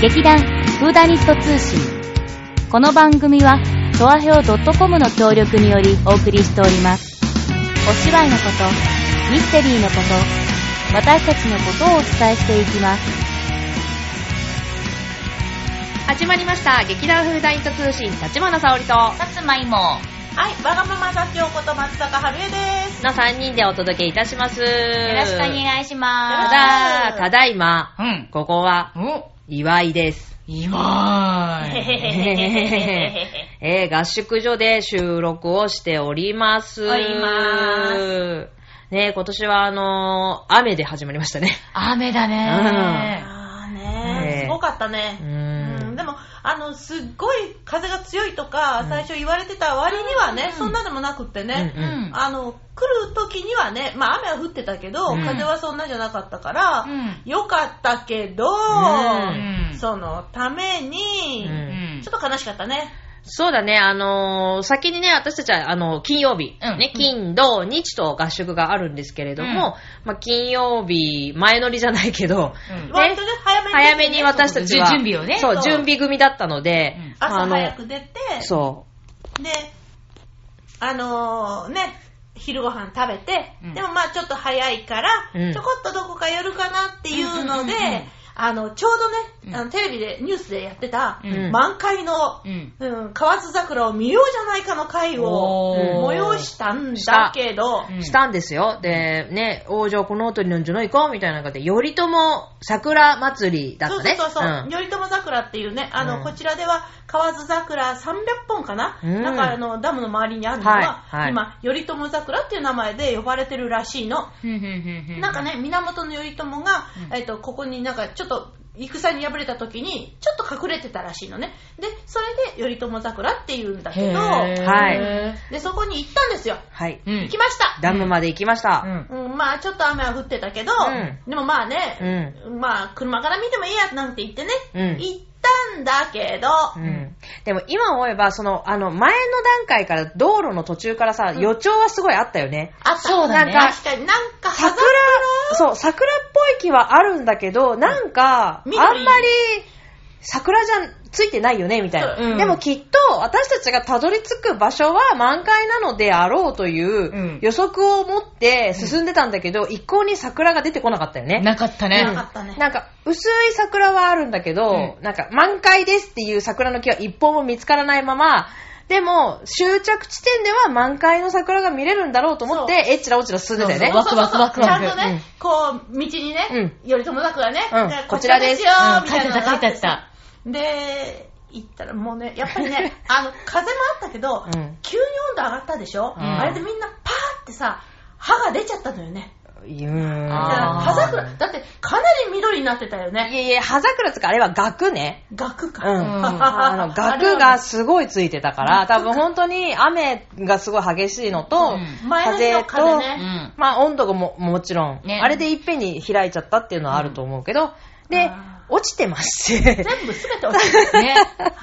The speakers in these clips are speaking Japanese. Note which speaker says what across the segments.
Speaker 1: 劇団フーダニット通信この番組はソアヘオ .com の協力によりお送りしておりますお芝居のことミステリーのこと私たちのことをお伝えしていきます
Speaker 2: 始まりました劇団風大と通信立花沙織と
Speaker 1: さつまいも
Speaker 3: はい、わがまま座長こと松坂春江です。
Speaker 2: の3人でお届けいたしますよ
Speaker 1: よろ
Speaker 2: ろ
Speaker 1: しくお願いしたま
Speaker 2: だただいま
Speaker 3: うん。
Speaker 2: ここは
Speaker 3: お、
Speaker 2: 祝いです
Speaker 3: 今
Speaker 1: す
Speaker 3: ーい。
Speaker 2: えー、合宿所で収録をしております。
Speaker 1: おりま
Speaker 2: ね今年はあのー雨で始まりました ね。
Speaker 3: 雨だね
Speaker 1: あー
Speaker 2: ね
Speaker 3: ね
Speaker 2: え
Speaker 3: すごかった
Speaker 2: う
Speaker 3: ね。うん
Speaker 2: ん。
Speaker 3: でも、あの、すっごい風が強いとか、最初言われてた割にはね、そんなでもなくってね、
Speaker 2: うんうん
Speaker 3: あの、来る時にはね、まあ雨は降ってたけど、
Speaker 2: うん
Speaker 3: 風はそんなじゃなかったから、
Speaker 4: うん
Speaker 3: よかったけど、
Speaker 2: ん
Speaker 3: そのために、
Speaker 2: う
Speaker 4: うんん
Speaker 3: ちょっと悲しかったね。
Speaker 2: そうだね、あのー先にね、私たちは、あの、金曜日、
Speaker 4: うん
Speaker 2: ね、金、土、日と合宿があるんですけれども、
Speaker 4: うん
Speaker 2: まあ、金曜日、前乗りじゃないけど、
Speaker 4: うん
Speaker 3: 割とね、早めに、
Speaker 2: 早めに私たちは、
Speaker 4: そう準備をね
Speaker 2: そう、
Speaker 3: そう
Speaker 2: 準備組だったので、
Speaker 4: うん
Speaker 2: まあ
Speaker 3: 朝
Speaker 2: あの
Speaker 3: 早く出て、
Speaker 2: そ
Speaker 3: で、あのーね、昼ご飯食べて、
Speaker 4: うん
Speaker 3: でもまあちょっと早いから、
Speaker 2: うん
Speaker 3: ちょこっとどこか寄るかなっていうので、
Speaker 4: うんうんうんうん
Speaker 3: あの、ちょうど
Speaker 4: う
Speaker 3: ね、
Speaker 4: ん
Speaker 3: あのテレビで、ニュースでやってた、
Speaker 4: うん
Speaker 3: 満開の、
Speaker 4: うん。
Speaker 3: うん、河津桜を見ようじゃないかの会を
Speaker 4: おー
Speaker 3: 催したんだけど、
Speaker 4: う
Speaker 2: う、
Speaker 4: ん
Speaker 2: したんですよ。で、ね、王女この鳥のんじゃないかみたいな感じで、頼朝桜祭りだっ
Speaker 3: そ
Speaker 2: た
Speaker 3: うそう
Speaker 2: ね。
Speaker 3: そうそう、
Speaker 2: ん
Speaker 3: 頼朝桜っていうね、あの、
Speaker 2: うん
Speaker 3: こちらでは河津桜300本かな、
Speaker 2: うん
Speaker 3: なんかあの、ダムの周りにあるのは、
Speaker 2: はいはい
Speaker 3: 今、頼朝桜っていう名前で呼ばれてるらしいの。
Speaker 4: ふんふんふんふん
Speaker 3: なんかね、源頼朝が、
Speaker 4: うん
Speaker 3: えっと、ここになんかちょっと、戦に敗れた時に、ちょっと隠れてたらしいのね。で、それで、頼朝桜って言うんだけ
Speaker 4: へー
Speaker 3: ど、
Speaker 2: はい
Speaker 3: で、そこに行ったんですよ。
Speaker 2: はい。
Speaker 4: うん。
Speaker 3: 行きました。
Speaker 2: ダムまで行きました。
Speaker 4: うん。
Speaker 3: うん、まあ、ちょっと雨は降ってたけど、
Speaker 2: う
Speaker 3: でもまあね、まあ、車から見てもいいや、なんて言ってね、
Speaker 2: うん
Speaker 3: 行ったんだけど、
Speaker 2: うんでも今思えば、その、あの、前の段階から、道路の途中からさ、予兆はすごいあったよね。
Speaker 3: あった
Speaker 4: そうだね
Speaker 3: なんか、確かになんか、
Speaker 2: 桜
Speaker 3: 桜、
Speaker 2: そう、桜っぽい木はあるんだけど、なんか、あん
Speaker 3: 緑
Speaker 2: まり、桜じゃついてないよね、みたいな。
Speaker 4: うん
Speaker 2: でもきっと、私たちがたどり着く場所は満開なのであろうと
Speaker 4: う
Speaker 2: いうん予測を持って進んでたんだけど、一向に桜が出てこなかったよね。
Speaker 4: なかった
Speaker 3: なか
Speaker 4: ね。
Speaker 3: ったね。
Speaker 2: なんか、薄い桜はあるんだけど、なんか、満開ですっていう桜の木は一本も見つからないまま、でも、終着地点では満開の桜が見れるんだろうと思って、えっちらおちら進んでたよね
Speaker 4: そう。そうワクワクワクワク
Speaker 3: ちゃんとね、こう、道にね、頼朝桜ね、
Speaker 2: うん
Speaker 3: じゃあ
Speaker 2: こちらです
Speaker 3: こちら
Speaker 4: うん
Speaker 3: です
Speaker 4: 書
Speaker 3: よ、みたい
Speaker 4: いて
Speaker 3: なの
Speaker 4: た
Speaker 3: があっ
Speaker 4: 書い
Speaker 3: て
Speaker 4: て
Speaker 3: さ
Speaker 4: あった。
Speaker 3: で、行ったらもうね、やっぱ りね、あの、風もあったけど、
Speaker 2: うん
Speaker 3: 急に温度上がったでしょ、
Speaker 2: うん
Speaker 3: あれでみんなパーってさ、歯が出ちゃったのよね。
Speaker 2: いやー
Speaker 3: だから
Speaker 4: あー
Speaker 3: 葉桜、だってかなり緑になってたよ
Speaker 2: い
Speaker 3: ね。
Speaker 2: やいや、葉桜つか、あれは額ね。
Speaker 3: 額
Speaker 2: う
Speaker 3: か。
Speaker 2: ん。 あの、額がすごいついてたから、多分本当に雨がすごい激しいのと、
Speaker 4: うん
Speaker 3: 前の日の風
Speaker 2: と、
Speaker 3: ね
Speaker 4: うん。
Speaker 2: まあ温度がももちろん、
Speaker 4: ね
Speaker 2: あれでいっぺんに開いちゃったっていうのはあると思うけど、で
Speaker 3: あ、
Speaker 2: 落ちてまして。
Speaker 3: 全部すべて落ちて る
Speaker 4: ね。
Speaker 3: はい。もう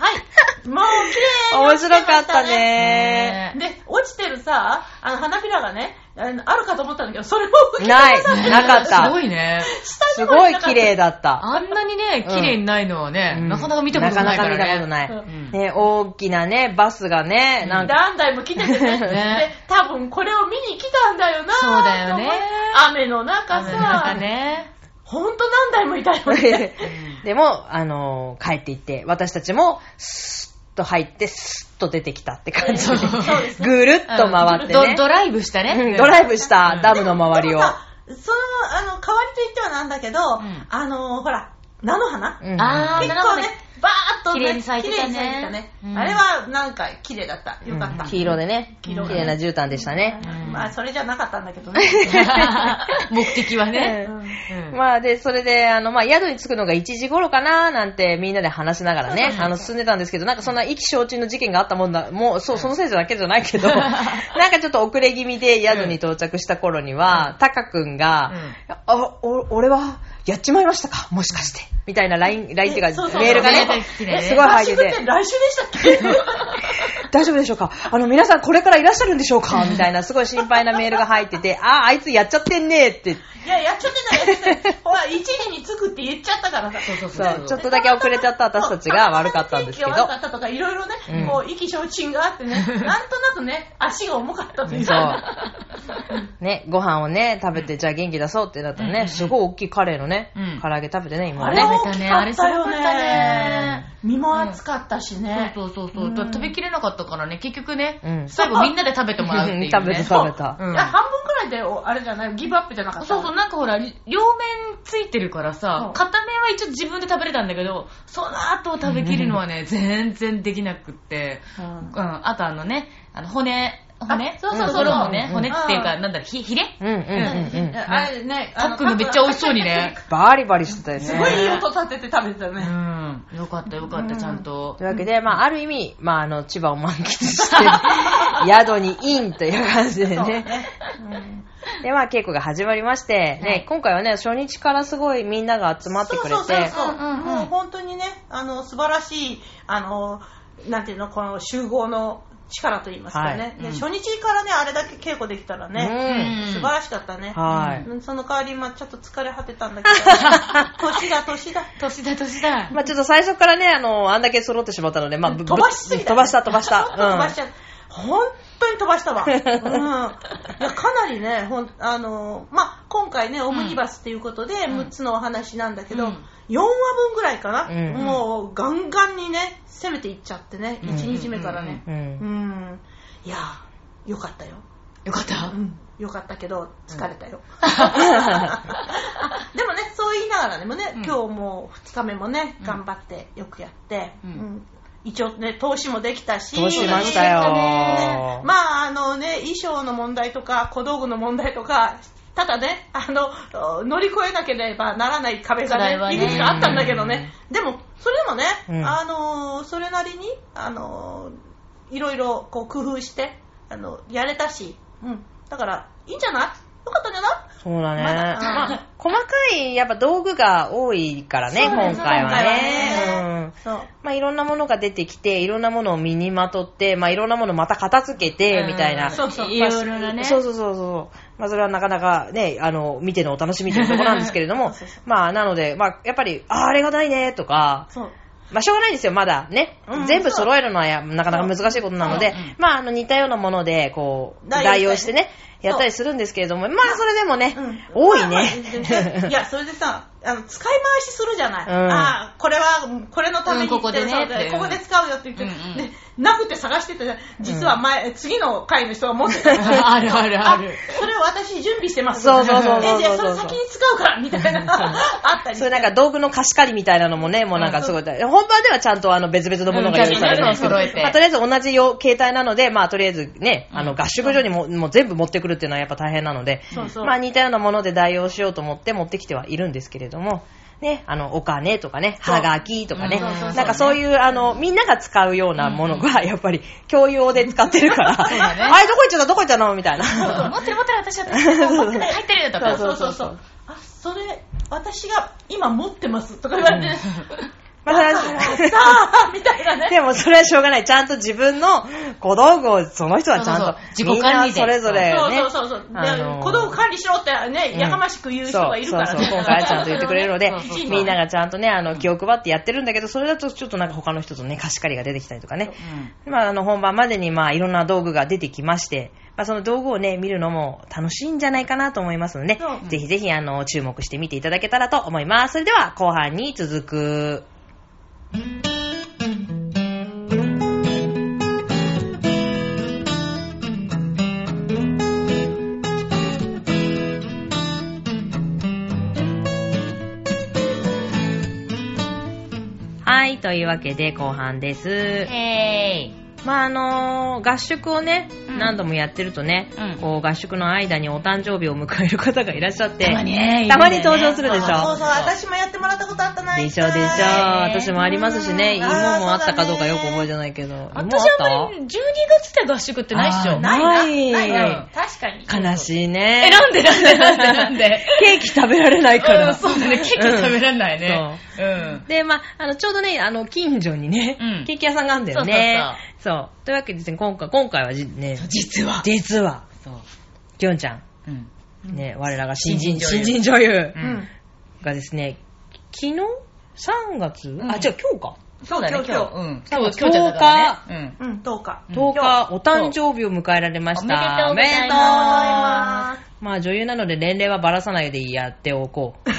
Speaker 3: 綺麗に
Speaker 2: 面
Speaker 3: 落ちてま
Speaker 2: 白
Speaker 3: し
Speaker 2: かった。ね。
Speaker 4: ね
Speaker 3: で、落ちてるさ、あの花びらがね、あのあるかと思ったんだけど、それも
Speaker 2: ない、 なかっ
Speaker 4: す
Speaker 2: た
Speaker 4: ご。いね。
Speaker 3: 下
Speaker 2: す
Speaker 3: にも
Speaker 2: ご
Speaker 3: ないかった
Speaker 2: 綺麗だった。
Speaker 4: あんなにね、綺麗にないのはね、
Speaker 2: うん
Speaker 4: なかなか見たことないからね。
Speaker 2: なかなか見たことない。
Speaker 3: うん
Speaker 4: うん
Speaker 2: ね、大きなね、バスがね、なん か、
Speaker 3: 何台も来ててね。で
Speaker 4: ね、
Speaker 3: 多分これを見に来たんだよなー
Speaker 4: そうだよね
Speaker 3: って思い雨の中
Speaker 4: 雨の中
Speaker 3: さ、
Speaker 4: ね。
Speaker 3: ほんと何台もいたよ ね。
Speaker 2: でも、あのー帰っていって、私たちも、スッと入って、スッと出てきたって感じ。
Speaker 3: そうですね。
Speaker 2: ぐるっ と回ってね
Speaker 4: ド。ドライブした
Speaker 2: うん
Speaker 4: ね。
Speaker 2: ドライブした、ダムの周り
Speaker 3: で
Speaker 2: を
Speaker 3: も。さその、あの、代わりと言ってはなんだけど、
Speaker 4: ん
Speaker 3: あの、ほら、菜の花
Speaker 2: うん
Speaker 4: あー
Speaker 3: 結構ね、バーっとね、
Speaker 4: 綺麗に咲いてたね
Speaker 3: 綺麗に咲いてたね
Speaker 4: うん
Speaker 3: あれはなんか綺麗だった。よかった。
Speaker 2: うん黄色でね、
Speaker 3: 黄
Speaker 2: 綺
Speaker 3: 色がね
Speaker 2: 麗な絨毯でしたね。
Speaker 4: うん
Speaker 3: まあ、それじゃなかったんだけどね。
Speaker 4: 目的はね。
Speaker 3: うん
Speaker 4: うん
Speaker 2: まあで、それで、あの、まあ宿に着くのが1時頃かななんてみんなで話しながらね、あの、進んでたんですけど、なんかそんな意気消沈の事件があったもんだ、もう、そう、そのせいじゃだけじ ゃないけど、なんかちょっと遅れ気味で宿に到着した頃には、タカ君が、あ、お、俺は、やっちまいましたかもしかして。みたいな LINE、LINE っていう
Speaker 3: そう
Speaker 2: か、
Speaker 3: そうそう
Speaker 2: メールがね
Speaker 4: メールが来て、ね
Speaker 2: すごい入っ
Speaker 3: 合
Speaker 2: て
Speaker 3: 宿って
Speaker 2: て、
Speaker 3: 来週でしたっけ
Speaker 2: 大丈夫でしょうかあの、皆さんこれからいらっしゃるんでしょうかみたいな、すごい心配なメールが入ってて、あー、あいつやっちゃってんねーって。
Speaker 3: いや、やっちゃってない、やっちゃってない。ほら、1時に着くって言っちゃったからさ。そうそう
Speaker 2: そうちょっとだけ遅れちゃった私たちが悪かったんですけど
Speaker 3: 悪かったとか、いろいろね、
Speaker 2: うん
Speaker 3: こう、意気消沈があ ってね、なんとなくね、足が重かったというか。
Speaker 2: ね、ご飯をね、食べて、じゃあ元気出そうってなったら
Speaker 4: うんうんう
Speaker 2: ね、
Speaker 4: ん
Speaker 2: すごい大きいカレーのね
Speaker 4: うん、
Speaker 2: 唐揚げ食べてね、今
Speaker 3: あ
Speaker 2: は
Speaker 3: れ
Speaker 2: ね。
Speaker 3: 大きかったよ
Speaker 4: あれすごかった
Speaker 3: ね
Speaker 4: ね。
Speaker 3: 身も熱かったしね。
Speaker 4: そうそうそうそう、
Speaker 3: うん
Speaker 4: 食べきれなかったからね、結局ね、
Speaker 2: うん
Speaker 4: 最後みんなで食べてもらうっていう、ね。
Speaker 2: 食べた食べた。
Speaker 4: うん
Speaker 3: いや半分くらいで、おあれじゃない、ギブアップじゃなかった。
Speaker 4: そうそう、なんかほら、両面ついてるから
Speaker 3: そ
Speaker 4: さ
Speaker 3: う、
Speaker 4: 片面は一応自分で食べれたんだけど、その後食べきるのはね、全然できなくって。
Speaker 3: うん
Speaker 4: うん、あとあのね、あの骨、
Speaker 3: あ
Speaker 4: 骨
Speaker 3: そうそう
Speaker 2: そう
Speaker 4: 心もね、
Speaker 2: うん
Speaker 4: 骨っていうか、
Speaker 3: う
Speaker 4: なんだろ、ひ、ひれ
Speaker 2: うんうんうんうん。
Speaker 3: あれね、
Speaker 4: パックンめっちゃ美味しそうにね。
Speaker 2: バリバリしてたよね。
Speaker 3: すごいいい音立てて食べてたよ
Speaker 4: う
Speaker 3: ね。
Speaker 4: ん、よかったよかった、ちゃんと
Speaker 2: とい。うわけで、まあ、ある意味、まあ、あの、千葉を満喫して、 宿にインという感じで
Speaker 3: そう
Speaker 2: ね。で、まあ、稽古が始まりまして、
Speaker 4: は
Speaker 2: ね
Speaker 4: い、
Speaker 2: 今回はね、初日からすごいみんなが集まってくれて、
Speaker 3: そうそうそうそう、
Speaker 4: うんうんうん
Speaker 3: もう本当にね、あの、素晴らしい、あの、なんていうの、この集合の力といいますかね。
Speaker 2: はい
Speaker 3: で
Speaker 4: うん
Speaker 3: 初日からね、あれだけ稽古できたらね、
Speaker 4: うん
Speaker 3: 素晴らしかったね。
Speaker 2: うん。はい。
Speaker 3: うんその代わり、まあちょっと疲れ果てたんだ けど、年だ、年だ。
Speaker 4: 年だ年だ。
Speaker 2: まあ、ちょっと最初からね、あの、あんだけ揃ってしまったので、まあ、ぶぶ
Speaker 3: 飛ばしすぎた、
Speaker 2: 飛ばした、飛ばした。
Speaker 3: ちょっと 飛ばしち
Speaker 2: う
Speaker 3: ゃう。本当に飛ばし たわ。うん。いやかなりね、ほん、あのー、まあ、今回ね、オムニバスっていうことで、
Speaker 4: ん
Speaker 3: 6つのお話なんだけど、
Speaker 4: うん
Speaker 3: 4話分ぐらいかな、
Speaker 2: うん
Speaker 3: もう、ガンガンにね、攻めていっちゃってね、
Speaker 4: うん
Speaker 3: 1日目からね。
Speaker 2: ん。う
Speaker 3: うん
Speaker 2: ん。
Speaker 3: いやー、よかったよ。
Speaker 4: よかった
Speaker 3: う。ん。よかったけど、疲れたよ。 でもね、そう言いながらでもね、
Speaker 4: うん
Speaker 3: 今日も2日目もね、
Speaker 4: うん
Speaker 3: 頑張ってよくやって、
Speaker 4: うん
Speaker 3: うん一応ね、投資もできたし、
Speaker 2: どうしましたよ。
Speaker 3: ねまあ、あのね、衣装の問題とか、小道具の問題とか、ただね、あの、乗り越えなければならない壁が
Speaker 4: 課
Speaker 3: ね
Speaker 4: 題は、ね
Speaker 3: いくつかあったんだけどね。でも、それでもね、
Speaker 2: うん
Speaker 3: あの、それなりに、あの、いろいろこう工夫して、あの、やれたし、うん。だから、いいんじゃないよかったんじゃない
Speaker 2: そうだね。
Speaker 3: まだ
Speaker 2: まあ、細かい、やっぱ道具が多いからね、
Speaker 3: そうだね
Speaker 2: 今回は
Speaker 3: 今回
Speaker 2: ね。うん。
Speaker 3: そう。
Speaker 2: まあ、いろんなものが出てきて、いろんなものを身にまとって、まあ、いろんなものをまた片付けて、
Speaker 4: うん
Speaker 2: みたいな。
Speaker 3: そうそう
Speaker 4: いろいろなね。
Speaker 2: そうそうそうそう。まあ、それはなかなかね、あの、見てのお楽しみというところなんですけれども
Speaker 3: そうそうそ、
Speaker 2: まあ、なので、まあ、やっぱり、あーあれがないね、とか、
Speaker 3: そう。
Speaker 2: まあ、しょうがないですよ、まだね。
Speaker 3: うん
Speaker 2: 全部揃えるのはやなかなか難しいことなので、
Speaker 4: うんうん
Speaker 2: まあ、あの、似たようなもので、こう、
Speaker 3: 代用して
Speaker 2: 代用してね、やったりするんですけれども、まあ、それでもね、
Speaker 3: うん
Speaker 2: 多い
Speaker 3: まあまあ全然い
Speaker 2: ね。
Speaker 3: や、それでさ、あの使い回しするじゃない。
Speaker 2: うん
Speaker 3: ああ、これは、うんこれのために
Speaker 4: うんここでね
Speaker 3: そう
Speaker 4: って
Speaker 3: ここで使うよって言って、
Speaker 4: うんうん
Speaker 3: でなくて探してて、実は前、次の回の人が 持ってた。
Speaker 4: あるあるある。
Speaker 3: それを私準備してます。
Speaker 2: そうそうそうそうそう
Speaker 3: え、じゃあそれ先に使うから、みたいな、 あったり。
Speaker 2: そういうなんか道具の貸し借りみたいなのもね、もうなんかすごい、本番ではちゃんとあの別々のものが用意されてるんですけど、
Speaker 4: うんちゃんとね揃えて
Speaker 2: まあ、とりあえず同じよ携帯なので、まあとりあえずね、あの合宿所にも,、もう全部持ってくるっていうのはやっぱ大変なので、
Speaker 3: そうそう
Speaker 2: まあ似たようなもので代用しようと思って持ってきてはいるんですけれども、ね、あの、お金とかね、
Speaker 3: そう
Speaker 2: はがきとかね、
Speaker 4: うんそうそうそう
Speaker 2: なんかそういう、あの、みんなが使うようなものが、やっぱり、共用で使ってるから、
Speaker 4: そうだ ね
Speaker 2: あれどこ行っちゃったどこ行っちゃったのみたいな。
Speaker 4: 持ってる持ってる、私私。持ってる入ってるよとか。
Speaker 3: そうそうそうそう。あ、それ、私が今持ってますとか言われて、
Speaker 2: ま あ
Speaker 3: だからさあ、みたいな ね。
Speaker 2: でもそれはしょうがない。ちゃんと自分の小道具をその人はちゃんと
Speaker 4: そうそうそう自己管
Speaker 2: みんな
Speaker 4: 理で
Speaker 2: それぞれね。
Speaker 3: そうそうそうそう。で、
Speaker 2: あのー
Speaker 3: 小道具管理しろってね、やかましく言う人がいるから
Speaker 2: そう
Speaker 3: ね。
Speaker 2: そうそう今回はちゃんと言ってくれるので
Speaker 4: そうそうそう
Speaker 2: みんながちゃんとねあの気を配ってやってるんだけどそれだとちょっとなんか他の人とね貸し借りが出てきたりとかね、まあ、あの本番までにまあいろんな道具が出てきまして、まあ、その道具をね見るのも楽しいんじゃないかなと思いますので、
Speaker 3: そう
Speaker 2: ぜひぜひあの注目して見ていただけたらと思いますそれでは後半に続くはいというわけで後半です
Speaker 4: えい。
Speaker 2: まああのー合宿をね、
Speaker 4: うん
Speaker 2: 何度もやってるとね、
Speaker 4: うん
Speaker 2: こう合宿の間にお誕生日を迎える方がいらっしゃって
Speaker 4: たまにね
Speaker 2: たまに登場するでしょ
Speaker 3: そうそう、私もやってもらったことあったな。
Speaker 2: でしょ
Speaker 3: 一
Speaker 2: でしょ、
Speaker 3: 回
Speaker 2: 私もありますしね
Speaker 3: うん
Speaker 2: 芋もあったかどうかよく覚えてないけど芋あっ
Speaker 4: 私
Speaker 2: た
Speaker 4: あんまり12月で合宿ってないっし
Speaker 2: あ
Speaker 4: ょ。
Speaker 3: ないないない
Speaker 2: ない
Speaker 3: ない確かに。
Speaker 2: 悲しいね
Speaker 4: え、なんでなんでなんでなんで
Speaker 2: ケーキ食べられないから、
Speaker 4: うん、そうだね。ケーキ食べられないね。うん。
Speaker 2: で、まあ、あの、ちょうどね、あの、近所にね、
Speaker 4: うん
Speaker 2: ケーキ屋さんがあるんだよね。
Speaker 4: そうそう
Speaker 2: そう。というわけでですね、今回、今回はじね、
Speaker 4: 実は。
Speaker 2: 実は、
Speaker 4: そう。
Speaker 2: きょんちゃ
Speaker 4: うん。
Speaker 2: ん、ね、我らが新人、
Speaker 4: 新
Speaker 2: 新
Speaker 4: 人
Speaker 2: 人女優
Speaker 4: う
Speaker 3: うんん。
Speaker 2: がですね、昨日 ?3 月、
Speaker 4: ん
Speaker 2: あ、違う、今日か。
Speaker 4: そうだね、今
Speaker 3: 今
Speaker 4: 日。
Speaker 3: 日
Speaker 4: うん。
Speaker 2: 今日
Speaker 4: 今日だからね。うん。
Speaker 3: うん、どうか。
Speaker 4: ん
Speaker 2: 10日、お誕生日を迎えられました。
Speaker 4: おめでとうございます
Speaker 2: おめでとうまあ女優なので年齢はばらさないでやっておこう。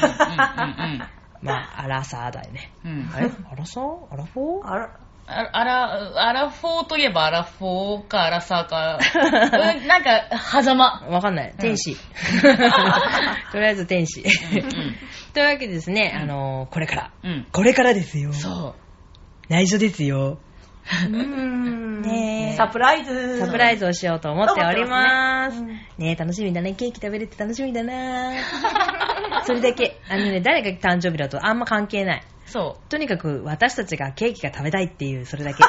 Speaker 2: まあ、アラサーだよね。
Speaker 4: うん。うん。うん。
Speaker 2: あれアラサーアラフォー
Speaker 3: あら、
Speaker 4: ああら、アラフォーといえばアラフォーかアラサ ーか。うん、なんか、狭間。
Speaker 2: わかんない。天 使。とりあえず天使。 というわけでですね、あのーこれから。
Speaker 4: うん。うん。
Speaker 2: これからですよ。
Speaker 4: そ
Speaker 2: 内緒ですよ。
Speaker 3: うーん。
Speaker 2: ねえ
Speaker 3: サプライズ。
Speaker 2: サプライ
Speaker 3: ズ。
Speaker 2: ズをしようと思っております。
Speaker 3: 思って
Speaker 2: ね
Speaker 3: ます
Speaker 2: え、楽しみだね。ケーキ食べれて楽しみだな それだけ。あのね、誰が誕生日だとあんま関係ない。
Speaker 4: う。そ
Speaker 2: とにかく私たちがケーキが食べたいっていう、それだ け。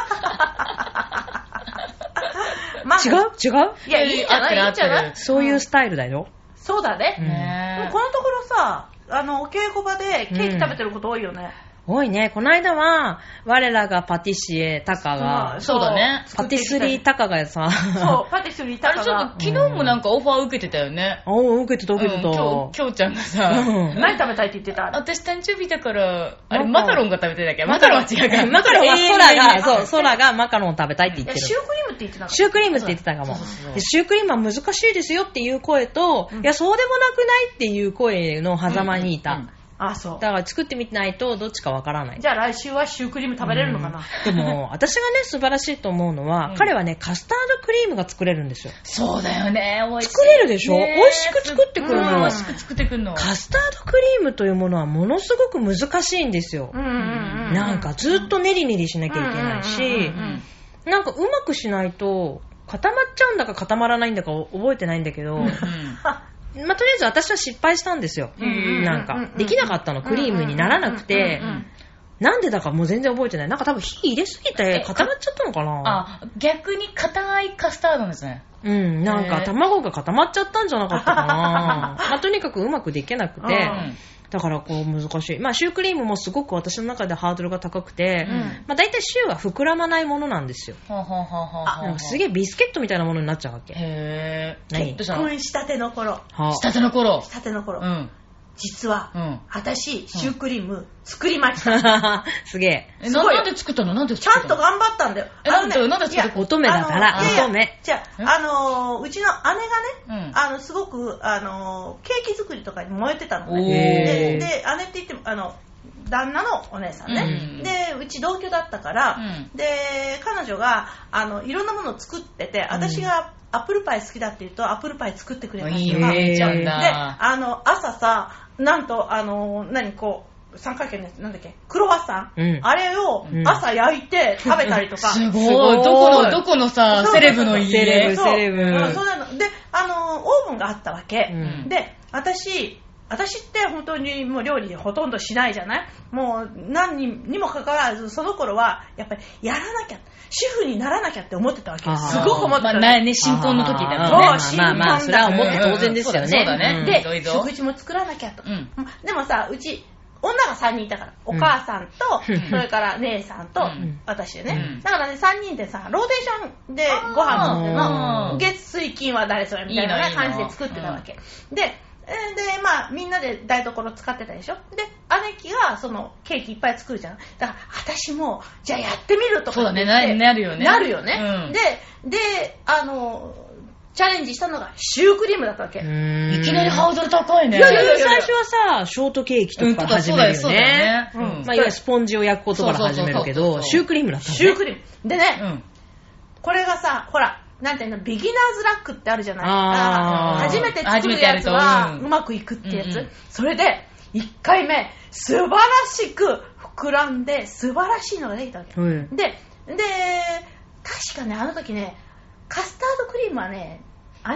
Speaker 3: まあ、
Speaker 2: 違う違う
Speaker 4: う。
Speaker 3: いや、いいんじゃないい
Speaker 4: 合
Speaker 3: い
Speaker 4: っ
Speaker 3: んじ
Speaker 4: てる
Speaker 3: ゃ
Speaker 4: 合
Speaker 3: な
Speaker 4: っ
Speaker 3: い
Speaker 4: て
Speaker 2: そういうスタイルだよ。
Speaker 3: そうだ
Speaker 2: う
Speaker 4: る
Speaker 2: ん
Speaker 3: ね。でも
Speaker 4: ね
Speaker 3: このところさ、あの、お稽古場でケーキ食べてること多いよね。
Speaker 2: 多いね。この間は、我らがパティシエタカ
Speaker 3: ま
Speaker 2: が
Speaker 3: あ、
Speaker 4: そうだね
Speaker 2: パティスリー。タカがさ、
Speaker 3: そう、パティスリー
Speaker 4: あ
Speaker 3: タ
Speaker 4: れ
Speaker 3: カ
Speaker 4: ちょっ
Speaker 3: が
Speaker 4: と昨日もなんかオファー受けてたよ ね。
Speaker 2: おう、受けてた、受けてた。
Speaker 4: 今日、きょうちゃんがさ、
Speaker 2: うん
Speaker 3: 何食べたいって言ってた
Speaker 4: 私誕生日だから、あれ、
Speaker 2: なんか
Speaker 4: マカロンが食べてたっけマカロンは違うから。
Speaker 2: マカロンは
Speaker 4: 永遠
Speaker 2: 空
Speaker 4: に
Speaker 2: が、そう、空がマカロンを食べたいって言っ
Speaker 3: いや、
Speaker 2: て
Speaker 3: シュ
Speaker 2: る。
Speaker 3: ークリームって言ってなかっ
Speaker 2: シュークリームって言ってたかも
Speaker 4: そうそうそう。
Speaker 2: でシュークリームは難しいですよっていう声と、いや、そうでもなくないっていう声の狭間にい
Speaker 4: うんうん
Speaker 2: た。
Speaker 3: た。あ、そう。
Speaker 2: だから作ってみないとどっちかわからない。
Speaker 3: じゃあ来週はシュークリーム食べれるのかな
Speaker 2: で も、私がね、素晴らしいと思うのは、
Speaker 4: うん
Speaker 2: 彼はね、カスタードクリームが作れるんですよ。
Speaker 4: そうだよね、美味しい。
Speaker 2: 作れるでしょ
Speaker 4: ね
Speaker 2: 美味しく作ってくる
Speaker 4: うん
Speaker 2: の
Speaker 4: 美
Speaker 2: よ
Speaker 4: 味。しく作ってくるの。
Speaker 2: カスタードクリームというものはものすごく難しいんですよ
Speaker 3: う。んうんうんうん。
Speaker 2: なんかずっと練り練りしなきゃいけないし
Speaker 3: うんうん、
Speaker 2: なんかうまくしないと、固まっちゃうんだか固まらないんだか覚えてないんだけど、 まあとりあえず私は失敗したんですよ。
Speaker 4: うんうん
Speaker 2: なん
Speaker 3: うんうん
Speaker 2: か
Speaker 3: う、ん
Speaker 2: できなかったの、クリームにならなくて
Speaker 4: うんう、ん
Speaker 2: なんでだかもう全然覚えてない。なんか多分火入れすぎて固まっちゃったのかな。
Speaker 4: あ、逆に硬いカスタードなんですね。
Speaker 2: うん、なん
Speaker 4: へ
Speaker 2: か
Speaker 4: え
Speaker 2: 卵が固まっちゃったんじゃなかったか な。まあとにかくうまくできなくて、
Speaker 3: うん
Speaker 2: だからこう難しい。まあシュークリームもすごく私の中でハードルが高くて、
Speaker 4: うん
Speaker 2: まあ大体シューは膨らまないものなんですよ。
Speaker 4: ほうほうほうほう
Speaker 2: なん
Speaker 4: ほう。
Speaker 2: かすげえビスケットみたいなものになっちゃうわけ。
Speaker 4: へぇー。
Speaker 2: 何
Speaker 4: どうした
Speaker 3: 結
Speaker 4: の
Speaker 3: 婚したての頃、
Speaker 2: は
Speaker 4: したての頃。
Speaker 3: したての
Speaker 4: う
Speaker 3: 頃、
Speaker 4: ん。
Speaker 3: 実は、
Speaker 4: うん。
Speaker 3: 私、シュークリーム作りました。
Speaker 2: あ、 すげえ。
Speaker 4: え、
Speaker 3: す
Speaker 4: な
Speaker 3: ごい
Speaker 4: なんで作ったのなんで
Speaker 3: ちゃん
Speaker 4: 作っ
Speaker 3: と
Speaker 4: たの
Speaker 3: 頑張ったんだよ。
Speaker 4: え
Speaker 3: あのね
Speaker 4: なんでなんで
Speaker 3: いや
Speaker 4: それ
Speaker 2: 乙女だから
Speaker 3: あのいやいや
Speaker 2: 乙女
Speaker 3: じゃ
Speaker 4: え
Speaker 3: あ、あのー、うちの姉がね、
Speaker 4: うん
Speaker 3: あの、すごく、あのー、ケーキ作りとかに燃えてたの
Speaker 4: おー
Speaker 3: ね。で、で姉って言っても、あの、旦那のお姉さんね。
Speaker 4: うん
Speaker 3: で、うち同居だったから、で、彼女が、あの、いろんなものを作ってて、私がアップルパイ好きだって言うと、アップルパイ作ってくれたり
Speaker 4: いい
Speaker 3: と
Speaker 4: お
Speaker 3: か。
Speaker 4: 姉ちゃん
Speaker 3: で、
Speaker 4: だ。
Speaker 3: あの、朝さ、なんと、あの、何、こう、三角形のやつ、なんだっけ、クロワッサン、
Speaker 2: うん
Speaker 3: あれを朝焼いて食べたりとか。
Speaker 4: す
Speaker 2: す
Speaker 4: ご
Speaker 2: ご
Speaker 4: い。
Speaker 2: い
Speaker 4: どこの、どこのさ、
Speaker 3: そう
Speaker 4: セレブの家。
Speaker 2: セレブ
Speaker 3: そう
Speaker 2: セレブ
Speaker 3: うんそうなの。で、あの、オーブンがあったわけ。
Speaker 2: うん
Speaker 3: で、私、私って本当にもう料理ほとんどしないじゃないもう何にもかかわらず、その頃は、やっぱりやらなきゃ、主婦にならなきゃって思ってたわけ。
Speaker 2: あー
Speaker 3: すごく思って
Speaker 4: まあ
Speaker 3: たわけ。
Speaker 4: なね、新婚の時だ
Speaker 2: あー
Speaker 4: よね。
Speaker 2: まあ
Speaker 3: そう
Speaker 2: まあまあ、
Speaker 3: 新婚だ
Speaker 2: それは思って当然ですよね。
Speaker 4: そうだね。
Speaker 2: ん
Speaker 4: で、
Speaker 3: で、食事も作らなきゃと。
Speaker 4: うん
Speaker 3: でもさ、うち、女が3人いたから、お母さんと、
Speaker 2: うん
Speaker 3: それから姉さんと、
Speaker 4: うん
Speaker 3: 私でね、
Speaker 4: うん
Speaker 3: だからね、3人でさ、ローテーションでご飯作って
Speaker 2: あー
Speaker 3: の、月水金は誰それみたいなね
Speaker 4: いいのいい
Speaker 3: 感じ
Speaker 4: の
Speaker 3: で作ってたわけ。で、えーで、まあ、みんなで台所使ってたでしょで、姉貴が、その、ケーキいっぱい作るじゃん。だから、私も、じゃあやってみるとか
Speaker 4: そうだね
Speaker 3: って言って
Speaker 4: ななるよね
Speaker 3: なるよね。
Speaker 4: うん
Speaker 3: で、で、あの、チャレンジしたのが、シュークリームだったわけ。
Speaker 2: うん
Speaker 4: いきなりハードル高いね。
Speaker 2: 普通最初はさ、ショートケーキと
Speaker 4: うん、
Speaker 2: か
Speaker 4: と
Speaker 2: ら
Speaker 4: か
Speaker 2: 始
Speaker 4: そうだ
Speaker 2: め
Speaker 4: よ、
Speaker 2: る
Speaker 4: そ
Speaker 2: よ
Speaker 4: うだ
Speaker 2: ね。
Speaker 4: よね。うん
Speaker 2: まあ、いわゆるスポンジを焼くことから始めるけ
Speaker 4: そうそうそうそ
Speaker 2: ど、
Speaker 4: う
Speaker 2: シュークリームだったのね
Speaker 3: シュークリーム。でね、
Speaker 4: うん
Speaker 3: これがさ、ほら、なんていうの、ビギナーズラックってあるじゃない
Speaker 2: あ
Speaker 4: ー
Speaker 3: 初めて作るやつ
Speaker 4: 初めてや
Speaker 3: は
Speaker 4: るとうん
Speaker 3: うまくいくってや
Speaker 4: うんう
Speaker 3: つ
Speaker 4: ん。
Speaker 3: それで、1回目、素晴らしく膨らんで、素晴らしいのができたわけ。
Speaker 2: うん
Speaker 3: で、で、確かね、あの時ね、カスタードクリームはね、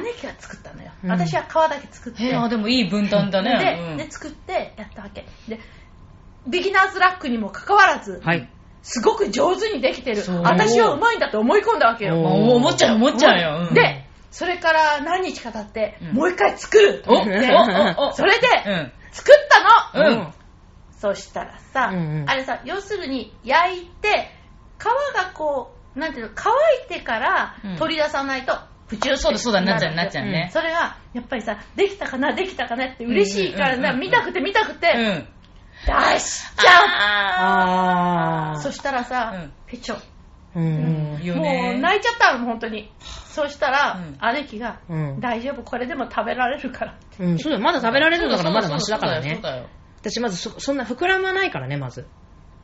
Speaker 3: 姉貴が作ったのよ。
Speaker 2: うん
Speaker 3: 私は皮だけ作って。
Speaker 4: へえ、あ、でもいい分担だね。
Speaker 3: で、で作ってやったわけ。で、ビギナーズラックにもかかわらず、
Speaker 2: はい。
Speaker 3: すごく上手にできてる
Speaker 4: そう。
Speaker 3: 私はうまいんだって思い込んだわけ
Speaker 4: うん
Speaker 2: お
Speaker 3: よ。
Speaker 4: まあ思っちゃうよ、思っちゃうよ。うん
Speaker 3: で、、それから何日か経って、
Speaker 4: うん
Speaker 3: もう一回作る
Speaker 4: お、
Speaker 3: と
Speaker 4: お
Speaker 3: 思って、、
Speaker 4: お、お、
Speaker 3: それで、
Speaker 4: うん。
Speaker 3: 作ったの、
Speaker 4: うん
Speaker 3: そしたらさ、
Speaker 2: うんうん
Speaker 3: あれさ、要するに焼いて、皮がこう、なんていうの乾いてから
Speaker 5: うん
Speaker 3: 取り出さないと、プチュッて
Speaker 5: そうだそうだなっちゃう
Speaker 3: る
Speaker 5: なっちゃうね
Speaker 3: んそれがやっぱりさできたかなできたかなって嬉しいから、
Speaker 5: うんうんうんうん
Speaker 3: な見たくて見たくて、
Speaker 5: うん。
Speaker 3: 出しちゃ
Speaker 5: ゃ
Speaker 2: あ
Speaker 3: う
Speaker 2: あ
Speaker 3: そしたらさ、
Speaker 5: うん
Speaker 3: ペチョ
Speaker 2: うん
Speaker 5: よ
Speaker 3: も
Speaker 5: ね。
Speaker 3: う泣いちゃったの本当にそしたら、
Speaker 5: う
Speaker 3: 姉貴が、
Speaker 2: うん
Speaker 3: 大丈夫これでも食べられるから」
Speaker 2: うん、そうだよ。まだ食べられるんだか
Speaker 5: そ
Speaker 2: ら、
Speaker 5: う
Speaker 2: ま
Speaker 5: そ
Speaker 2: だ
Speaker 5: う
Speaker 2: マシだからね
Speaker 5: そう。だよ。
Speaker 2: 私、まずそ、そんな膨らまないからね、まず。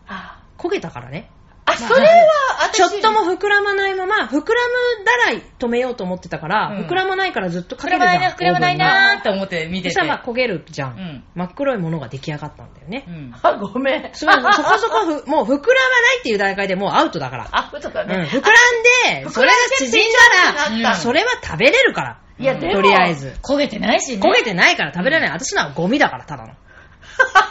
Speaker 3: あ
Speaker 2: 焦げたからね。
Speaker 3: あそれは私
Speaker 2: ちょっとも膨らまないまま、膨らむだら止めようと思ってたから、
Speaker 5: うん
Speaker 2: 膨らまないからずっとか
Speaker 5: 膨
Speaker 2: け
Speaker 5: らまな
Speaker 2: るじ
Speaker 5: い
Speaker 2: ゃん。
Speaker 5: な、膨らまない
Speaker 2: オーブン
Speaker 5: な
Speaker 2: に
Speaker 5: ーって思って見てて。
Speaker 2: そしたらまあ焦げるじゃん,、
Speaker 5: うん
Speaker 2: 真っ黒いものが出来上がったんだよね。
Speaker 5: うん。
Speaker 3: あごめん
Speaker 2: そのそこそこふ、 もう膨らまないっていう段階でもうアウトだから。
Speaker 3: あそうだ
Speaker 2: うん、
Speaker 3: ね、
Speaker 2: 膨らんで、
Speaker 3: あ
Speaker 2: それが縮ん
Speaker 3: 膨らん
Speaker 2: だ
Speaker 3: で縮ん
Speaker 5: だ
Speaker 2: ら、
Speaker 5: ら
Speaker 2: それは食べれるから。
Speaker 3: いや
Speaker 5: うん
Speaker 3: でも
Speaker 2: とりあえず。
Speaker 5: 焦げてないしね。
Speaker 2: 焦げてないから食べれない。私のはゴミだから、ただの。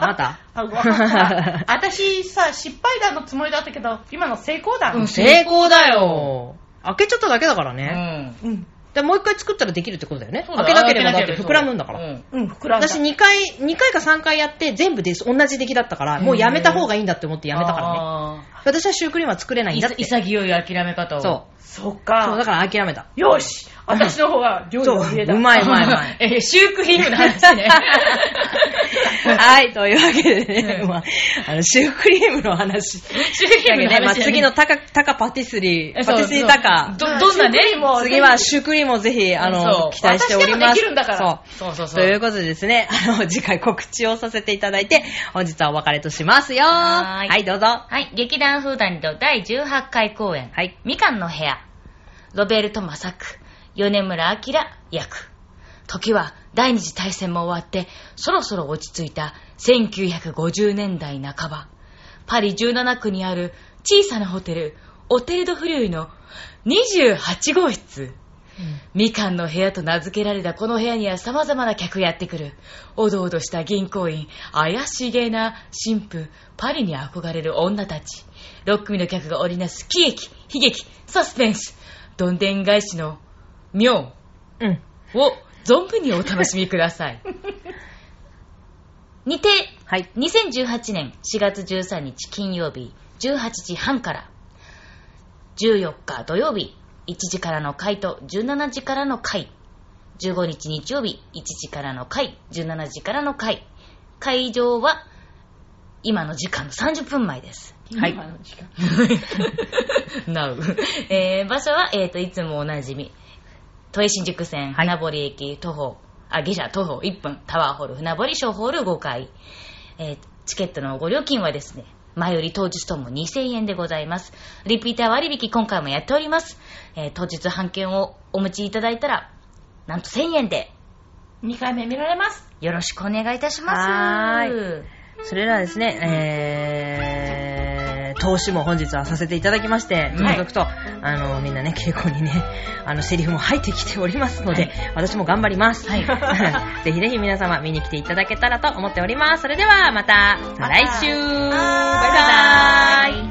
Speaker 2: また
Speaker 3: あごめん私さ失敗談のつもりだったけど今の成功
Speaker 5: う
Speaker 3: 談
Speaker 5: ん
Speaker 2: 成功だよ。開けちゃっただけだからね。
Speaker 3: うん
Speaker 2: でもう一回作ったらできるってことだよね。
Speaker 5: うん。
Speaker 2: 開けなければだって膨らむんだから。
Speaker 5: うん。
Speaker 3: うん膨らんだ
Speaker 2: 私2回、2回か3回やって全部で同じ出来だったから、もうやめた方がいいんだって思ってやめたからね。
Speaker 5: ら
Speaker 2: 私はシュークリームは作れないんだって。そう。
Speaker 5: 潔い諦め方を。
Speaker 2: そう
Speaker 3: そっか
Speaker 2: だから諦めた。
Speaker 3: よし私の方が料理
Speaker 2: そう、
Speaker 3: の上だ
Speaker 2: うまいう まいうまい。
Speaker 5: え、シュークリームの話 ね。
Speaker 2: はい、というわけでね、まあ、あの、シュークリームの
Speaker 5: シ
Speaker 2: 話。
Speaker 5: ュークリームの話、ね。
Speaker 2: まあ、次のタカ、タカパティスリ
Speaker 5: え
Speaker 2: ー、
Speaker 5: そ
Speaker 2: パ
Speaker 5: う
Speaker 2: ティスリータカ。
Speaker 5: ど、どんなね。
Speaker 3: もう
Speaker 2: 次はシュークリームをぜひ、あ
Speaker 5: そ
Speaker 2: の、
Speaker 5: う
Speaker 2: 期待しております。
Speaker 3: 私でもできるんだから
Speaker 2: そう。
Speaker 5: そうそうそ
Speaker 2: と
Speaker 5: う。
Speaker 2: いうことでですね、あの、次回告知をさせていただいて、本日はお別れとしますよ。
Speaker 5: は
Speaker 2: は
Speaker 5: ーい
Speaker 2: い、どうぞ。
Speaker 4: はい、劇団フーダニと第18回公演、
Speaker 2: はい。
Speaker 4: みかんの部屋、ロベルト・マサク、米村明役。時は第二次大戦も終わって、そろそろ落ち着いた1950年代半ば、パリ17区にある小さなホテル、オテル・ド・フリュイの28号室。みかんの部屋と名付けられたこの部屋には様々な客やってくる。おどおどした銀行員、怪しげな神父、パリに憧れる女たち。6組の客が織りなす喜劇、悲劇、サスペンス、どんでん返しの妙
Speaker 2: うん。
Speaker 4: を存分にお楽しみくださ い。にて、
Speaker 2: はい。
Speaker 4: 2018年4月13日金曜日18時半から14日土曜日1時からの回と17時からの回15日日曜日1時からの回17時からの回会場は今の時間の30分前です
Speaker 2: はい
Speaker 3: 今の時間
Speaker 4: Now えー場所は、えー、といつもおなじみ都営新宿線船堀駅徒歩、あ下車徒歩1分タワーホール船堀小ホール5階、えーチケットのご料金はですね前より当日とも2000円でございますリピーター割引今回もやっております、えー当日半券をお持ちいただいたらなんと1000円で
Speaker 3: 2回目見られます
Speaker 4: よろしくお願いいたします
Speaker 2: はーそれではですね、えー、投資も本日はさせていただきまして、続々と、あの、みんなね、稽古にね、あの、セリフも入ってきておりますので、私も頑張ります。はい。 ぜひぜひ皆様見に来ていただけたらと思っております。それではまた、
Speaker 3: また
Speaker 2: 来週バイバーイ
Speaker 4: バイ